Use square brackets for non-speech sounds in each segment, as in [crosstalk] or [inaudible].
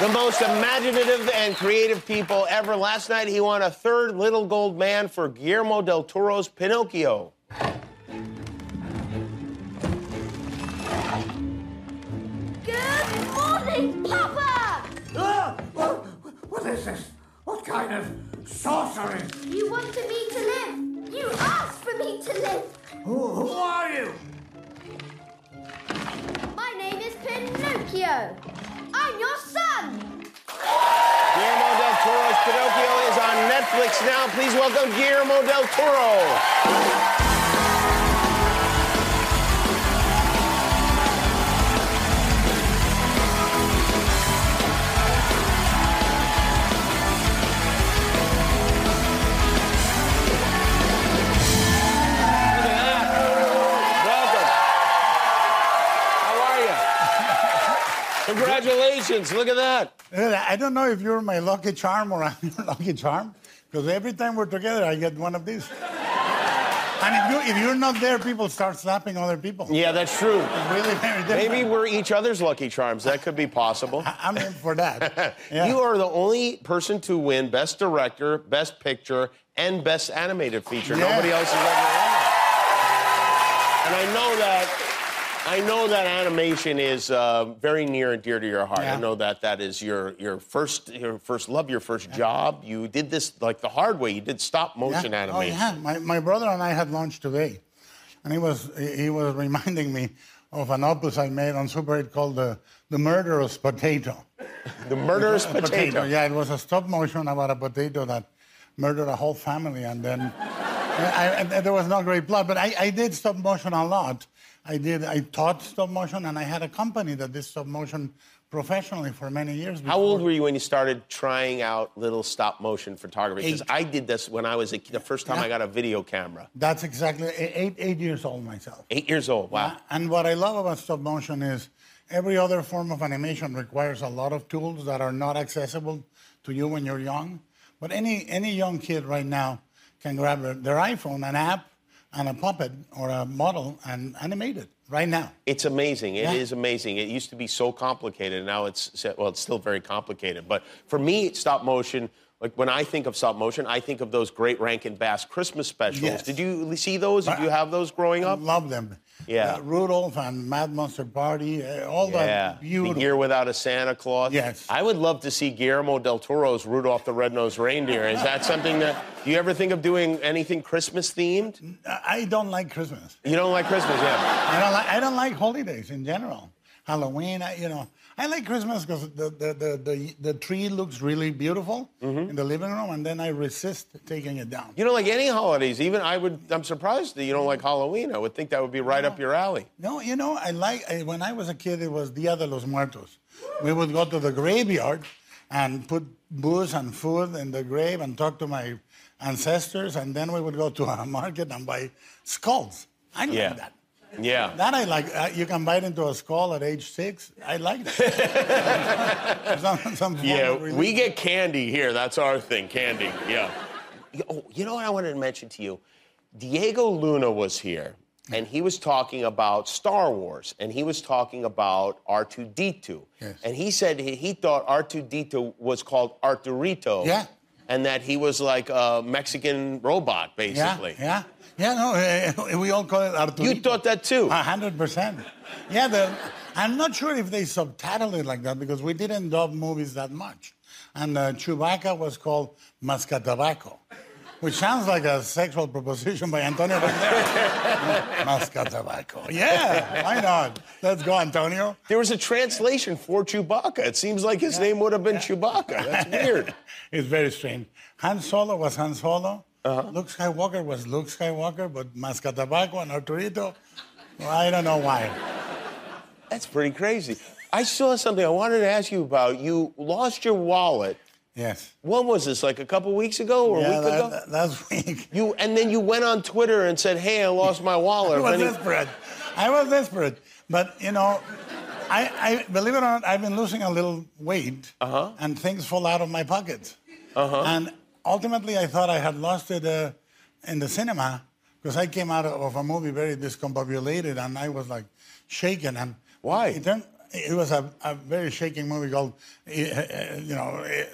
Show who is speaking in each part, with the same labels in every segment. Speaker 1: the most imaginative and creative people ever. Last night, he won a third Little Gold Man for Guillermo del Toro's Pinocchio.
Speaker 2: Good morning, Papa!
Speaker 3: Ah, what, what is this? What kind of sorcery?
Speaker 2: You wanted me to live. You asked for me to live.
Speaker 3: Who, who are you?
Speaker 2: My name is Pinocchio. I'm your son.
Speaker 1: Guillermo del Toro's Pinocchio is on Netflix now. Please welcome Guillermo del Toro.
Speaker 4: Welcome. How are you?
Speaker 1: [laughs]
Speaker 4: Congratulations. Look at that.
Speaker 5: Well, I don't know if you're my lucky charm or I'm [laughs] your lucky charm, because every time we're together, I get one of these. [laughs] and if, you, if you're not there, people start slapping other people.
Speaker 1: Yeah, that's true.
Speaker 5: It's Really [laughs] very different.
Speaker 1: Maybe we're each other's lucky charms. That could be possible.
Speaker 5: I- I'm in for
Speaker 1: [laughs]
Speaker 5: that. [laughs] Yeah.
Speaker 1: You are the only person to win Best Director, Best Picture, and Best Animated Feature.
Speaker 5: Yeah.
Speaker 1: Nobody else has ever won. And I know that, I know that animation is uh, very near and dear to your heart. I
Speaker 5: Yeah.
Speaker 1: know that that is your your first your first love, your first job. You did this like the hard way. You did stop motion
Speaker 5: yeah. Oh,
Speaker 1: animation.
Speaker 5: yeah. My, my brother and I had lunch today, and he was, he he was reminding me of an opus I made on Super 8 called The, the Murderous Potato.
Speaker 1: The murderous
Speaker 5: A
Speaker 1: potato.
Speaker 5: Yeah, it was a stop motion about a potato that murdered a whole family, and then [laughs] I, I- there was no great plot. But I, I did stop motion a lot. I did. I taught stop motion, and I had a company that did stop motion professionally for many years.
Speaker 1: How
Speaker 5: before-
Speaker 1: old were you when you started trying out little stop motion photography? Because
Speaker 5: Eight.
Speaker 1: I did this when I was a kid, the first time I got a video camera.
Speaker 5: That's exactly e- eight eight years old myself.
Speaker 1: Eight years old. Wow.
Speaker 5: And what I love about stop motion is every other form of animation requires a lot of tools that are not accessible to you when you're young. But any any young kid right now can grab their- their iPhone, an app, and a puppet or a model and animate it right now.
Speaker 1: It's amazing. It is
Speaker 5: Yeah.
Speaker 1: amazing. It used to be so complicated, and now it's well, it's still very complicated. But for me, stop motion. Like when I think of stop motion, I think of those great Rankin Bass Christmas specials.
Speaker 5: Yes.
Speaker 1: Did you see those? Did you have those growing up?
Speaker 5: Love them.
Speaker 1: Yeah.
Speaker 5: Uh, Rudolph and Mad Monster Party, uh, all
Speaker 1: Yeah,
Speaker 5: that
Speaker 1: the
Speaker 5: beautiful.
Speaker 1: year without a Santa Claus.
Speaker 5: Yes.
Speaker 1: I would love to see Guillermo del Toro's Rudolph the Red-Nosed Reindeer. Is that something that do you ever think of doing anything Christmas themed?
Speaker 5: I I don't like Christmas.
Speaker 1: You don't like Christmas, yeah?
Speaker 5: I don't like I don't like holidays in general. Halloween, I, you know, I like Christmas because the, the, the, the, the tree looks really beautiful in the living room, and then I resist taking it down.
Speaker 1: Mm-hmm. You don't like any holidays. Even I would. I'm surprised that you don't like Halloween. I would think that would be right up your alley.
Speaker 5: No, you know, I like I, when I was a kid, it was Dia de los Muertos. We would go to the graveyard and put booze and food in the grave and talk to my ancestors, and then we would go to a [laughs] market and buy skulls. I like
Speaker 1: Yeah.
Speaker 5: that.
Speaker 1: Yeah.
Speaker 5: That I like. Uh, you can bite into a skull at age six. I like that.
Speaker 1: [laughs]
Speaker 5: some, some form
Speaker 1: yeah,
Speaker 5: of relief.
Speaker 1: we get candy here. That's our thing, candy. Yeah. You- Oh, you know what I wanted to mention to you? Diego Luna was here, and he was talking about Star Wars, and he was talking about R2D2.
Speaker 5: Yes.
Speaker 1: And he said he, he thought R2D2 was called Arturito.
Speaker 5: Yeah.
Speaker 1: And that he was like a Mexican robot,
Speaker 5: Yeah,
Speaker 1: basically.
Speaker 5: yeah, yeah. No, uh, we all call it Arturito.
Speaker 1: You thought that too.
Speaker 5: A hundred percent. Yeah, the, I'm not sure if they subtitled it like that because we didn't dub movies that much, and uh, Chewbacca was called Mascatabaco, which sounds like a sexual proposition by Antonio
Speaker 1: [laughs]
Speaker 5: Banderas. Mascatabaco. Yeah, why not? Let's go, Antonio.
Speaker 1: There was a translation for Chewbacca. It seems like his name would have been Chewbacca.
Speaker 5: [laughs]
Speaker 1: That's weird.
Speaker 5: It's very strange. Han Solo was Han Solo.
Speaker 1: Uh-huh.
Speaker 5: Luke Skywalker was Luke Skywalker, but Mascatabaco and Arturito, well, I don't know why.
Speaker 1: That's pretty crazy. I saw something I wanted to ask you about. You lost your wallet.
Speaker 5: Yes.
Speaker 1: When was this? Like a couple weeks ago or a
Speaker 5: yeah,
Speaker 1: week
Speaker 5: that,
Speaker 1: ago?
Speaker 5: that- last week.
Speaker 1: You and then you went on Twitter and said, "Hey, I lost my wallet."
Speaker 5: [laughs] I
Speaker 1: If
Speaker 5: was
Speaker 1: any-
Speaker 5: desperate. I was desperate. But, you know, I, I believe it or not, I've been losing a little weight,
Speaker 1: Uh-huh.
Speaker 5: and things fall out of my pockets. And ultimately, I thought I had lost it uh, in the cinema because I came out of a movie very discombobulated, and I was like shaken. And
Speaker 1: Why?
Speaker 5: It turned, it was a, a very shaking movie called, eh, eh, eh, you know, eh,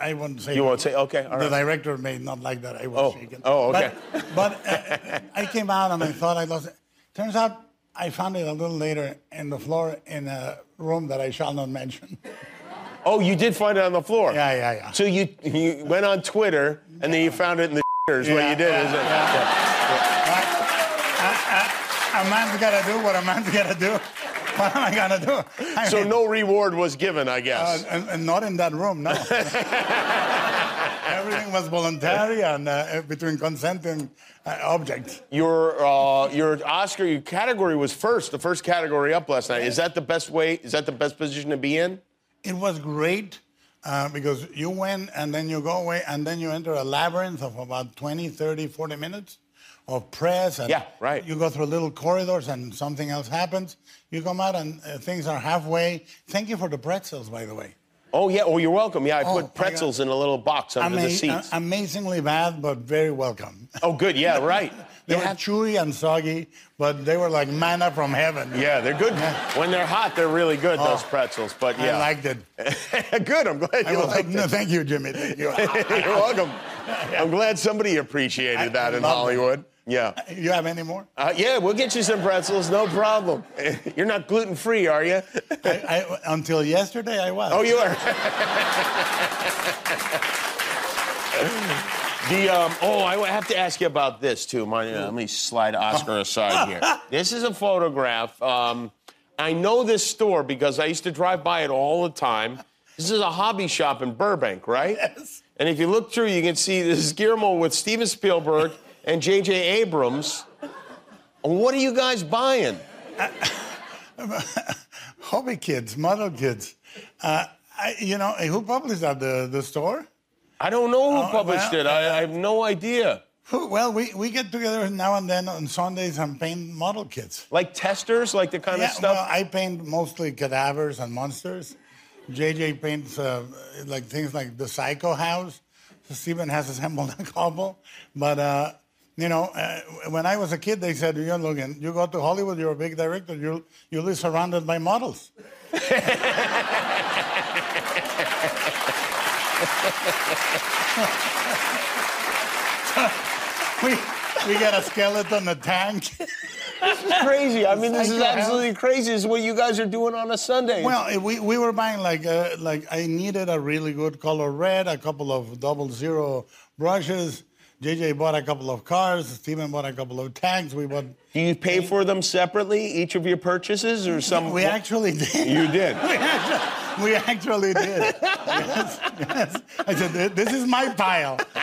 Speaker 5: I wouldn't say.
Speaker 1: You won't say? Okay, all
Speaker 5: the
Speaker 1: right.
Speaker 5: director may not like that. I was
Speaker 1: Oh,
Speaker 5: shaken.
Speaker 1: oh, okay.
Speaker 5: But, but uh, I came out and I thought I lost it. Turns out I found it a little later in the floor in a room that I shall not mention.
Speaker 1: Oh, you did find it on the floor.
Speaker 5: Yeah, yeah, yeah.
Speaker 1: So you you went on Twitter and then you found it in the [laughs] is what
Speaker 5: Yeah,
Speaker 1: you did,
Speaker 5: yeah,
Speaker 1: is it?
Speaker 5: yeah. Right? A, a, a man's gotta do what a man's gotta do. What am I gonna do? I
Speaker 1: So
Speaker 5: mean,
Speaker 1: no reward was given, I
Speaker 5: uh,
Speaker 1: guess.
Speaker 5: and, and not in that
Speaker 1: [laughs]
Speaker 5: room, no. Everything was voluntary and uh, between consent and uh, object.
Speaker 1: your uh, your Oscar your category was first, the first category up last night. Is that the best way? Is that the best position to be in?
Speaker 5: It was great uh, because you win and then you go away and then you enter a labyrinth of about 20, 30, 40 minutes of press. And
Speaker 1: Yeah, right.
Speaker 5: You go through little corridors and something else happens. You come out and uh, things are halfway. Thank you for the pretzels, by the way.
Speaker 1: Oh yeah. Oh, you're welcome. Yeah, I
Speaker 5: Oh, my
Speaker 1: put pretzels in a little box under the
Speaker 5: Ama-
Speaker 1: seats.
Speaker 5: a- amazingly bad, but very welcome.
Speaker 1: oh, good. Yeah, right.
Speaker 5: [laughs] They
Speaker 1: They
Speaker 5: were
Speaker 1: have-
Speaker 5: chewy and soggy, but they were like manna from heaven.
Speaker 1: yeah, they're good. When they're hot, they're really good.
Speaker 5: Oh,
Speaker 1: those pretzels. But yeah,
Speaker 5: I liked it.
Speaker 1: [laughs] good. I'm glad
Speaker 5: I
Speaker 1: you
Speaker 5: was like,
Speaker 1: liked
Speaker 5: [laughs] no,
Speaker 1: it.
Speaker 5: thank you, Jimmy. Thank you.
Speaker 1: [laughs] You're welcome. I'm glad somebody appreciated
Speaker 5: I-
Speaker 1: that
Speaker 5: I
Speaker 1: in
Speaker 5: love it.
Speaker 1: Hollywood. Yeah.
Speaker 5: you have any more?
Speaker 1: Uh, yeah, we'll get you some pretzels, no problem.
Speaker 5: [laughs]
Speaker 1: You're not gluten free, are you?
Speaker 5: I, I, until yesterday, I was.
Speaker 1: Oh, you are. [laughs] the um, oh, I have to ask you about this too. My, uh, let me slide Oscar aside
Speaker 5: [laughs]
Speaker 1: here. This is a photograph. Um, I know this store because I used to drive by it all the time. This is a hobby shop in Burbank, right?
Speaker 5: Yes.
Speaker 1: And if you look through, you can see this is Guillermo with Steven Spielberg and J.J. Abrams. And What are you guys buying?
Speaker 5: Hobby kids, model kids. Uh, I, you know, who published that? The, the store?
Speaker 1: I don't know who
Speaker 5: Oh,
Speaker 1: published
Speaker 5: well,
Speaker 1: it. I, I have no idea.
Speaker 5: Who, well, we, we get together now and then on Sundays and paint model kits.
Speaker 1: Like testers, like the kind
Speaker 5: yeah,
Speaker 1: of stuff.
Speaker 5: well, I paint mostly cadavers and monsters. JJ paints uh, like things like the Psycho House. Steven has assembled [laughs] a couple, but uh, you know, uh, when I was a kid, they said, "You Logan, you go to Hollywood, you're a big director, you'll you'll be surrounded by models." [laughs] we we got a skeleton, a tank. [laughs]
Speaker 1: crazy. I mean, this is
Speaker 5: Psycho House.
Speaker 1: absolutely crazy. This is what you guys are doing on a Sunday.
Speaker 5: Well, eh, we, we were buying like uh, like I needed a really good color red, a couple of double zero brushes. JJ bought a couple of cars. Steven bought a couple of tags. We bought.
Speaker 1: do you pay for them separately, each of your purchases, or some?
Speaker 5: We actually did.
Speaker 1: You did.
Speaker 5: [laughs] we, actually, we actually did. yes, yes. I said, this is my pile. [laughs]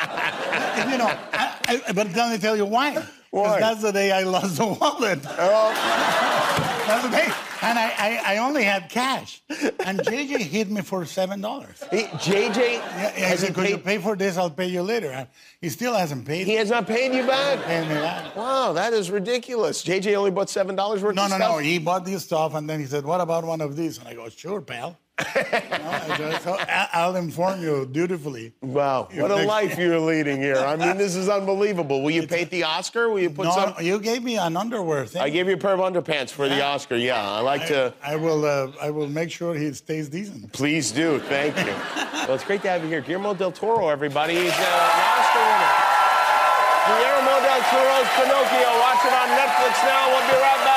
Speaker 5: you know, I, I, but let me tell you why. 'Cause
Speaker 1: Why?
Speaker 5: That's the day I lost the wallet.
Speaker 1: Oh,
Speaker 5: That's the day. And I, I, I only had cash. And JJ hit me for $7.
Speaker 1: He- JJ
Speaker 5: Yeah, yeah, he
Speaker 1: hasn't
Speaker 5: said, could you
Speaker 1: paid.
Speaker 5: pay for this? I'll pay you later. Uh, He still hasn't paid.
Speaker 1: He has not paid you back.
Speaker 5: Paying me back.
Speaker 1: Wow, that is ridiculous. JJ only bought seven dollars worth
Speaker 5: No,
Speaker 1: of
Speaker 5: no,
Speaker 1: stuff.
Speaker 5: no. He bought this stuff, and then he said, "What about one of these?" And I go, "Sure,
Speaker 1: [laughs]
Speaker 5: pal." You know, I said, so I- I'll inform you dutifully.
Speaker 1: Wow,
Speaker 5: You
Speaker 1: what a
Speaker 5: think-
Speaker 1: life you're leading here. I mean, this is unbelievable. Will you pay the Oscar? Will you put
Speaker 5: no,
Speaker 1: some?
Speaker 5: you gave me an underwear thing.
Speaker 1: I gave you a pair of underpants for the Oscar. Yeah, I like to.
Speaker 5: I will. Uh, I will make sure he stays decent.
Speaker 1: Please do. Thank you. well, it's great to have you here. Guillermo del Toro, everybody. He's uh, an Oscar winner. Guillermo del Toro's Pinocchio. Watch it on Netflix now. We'll be right back.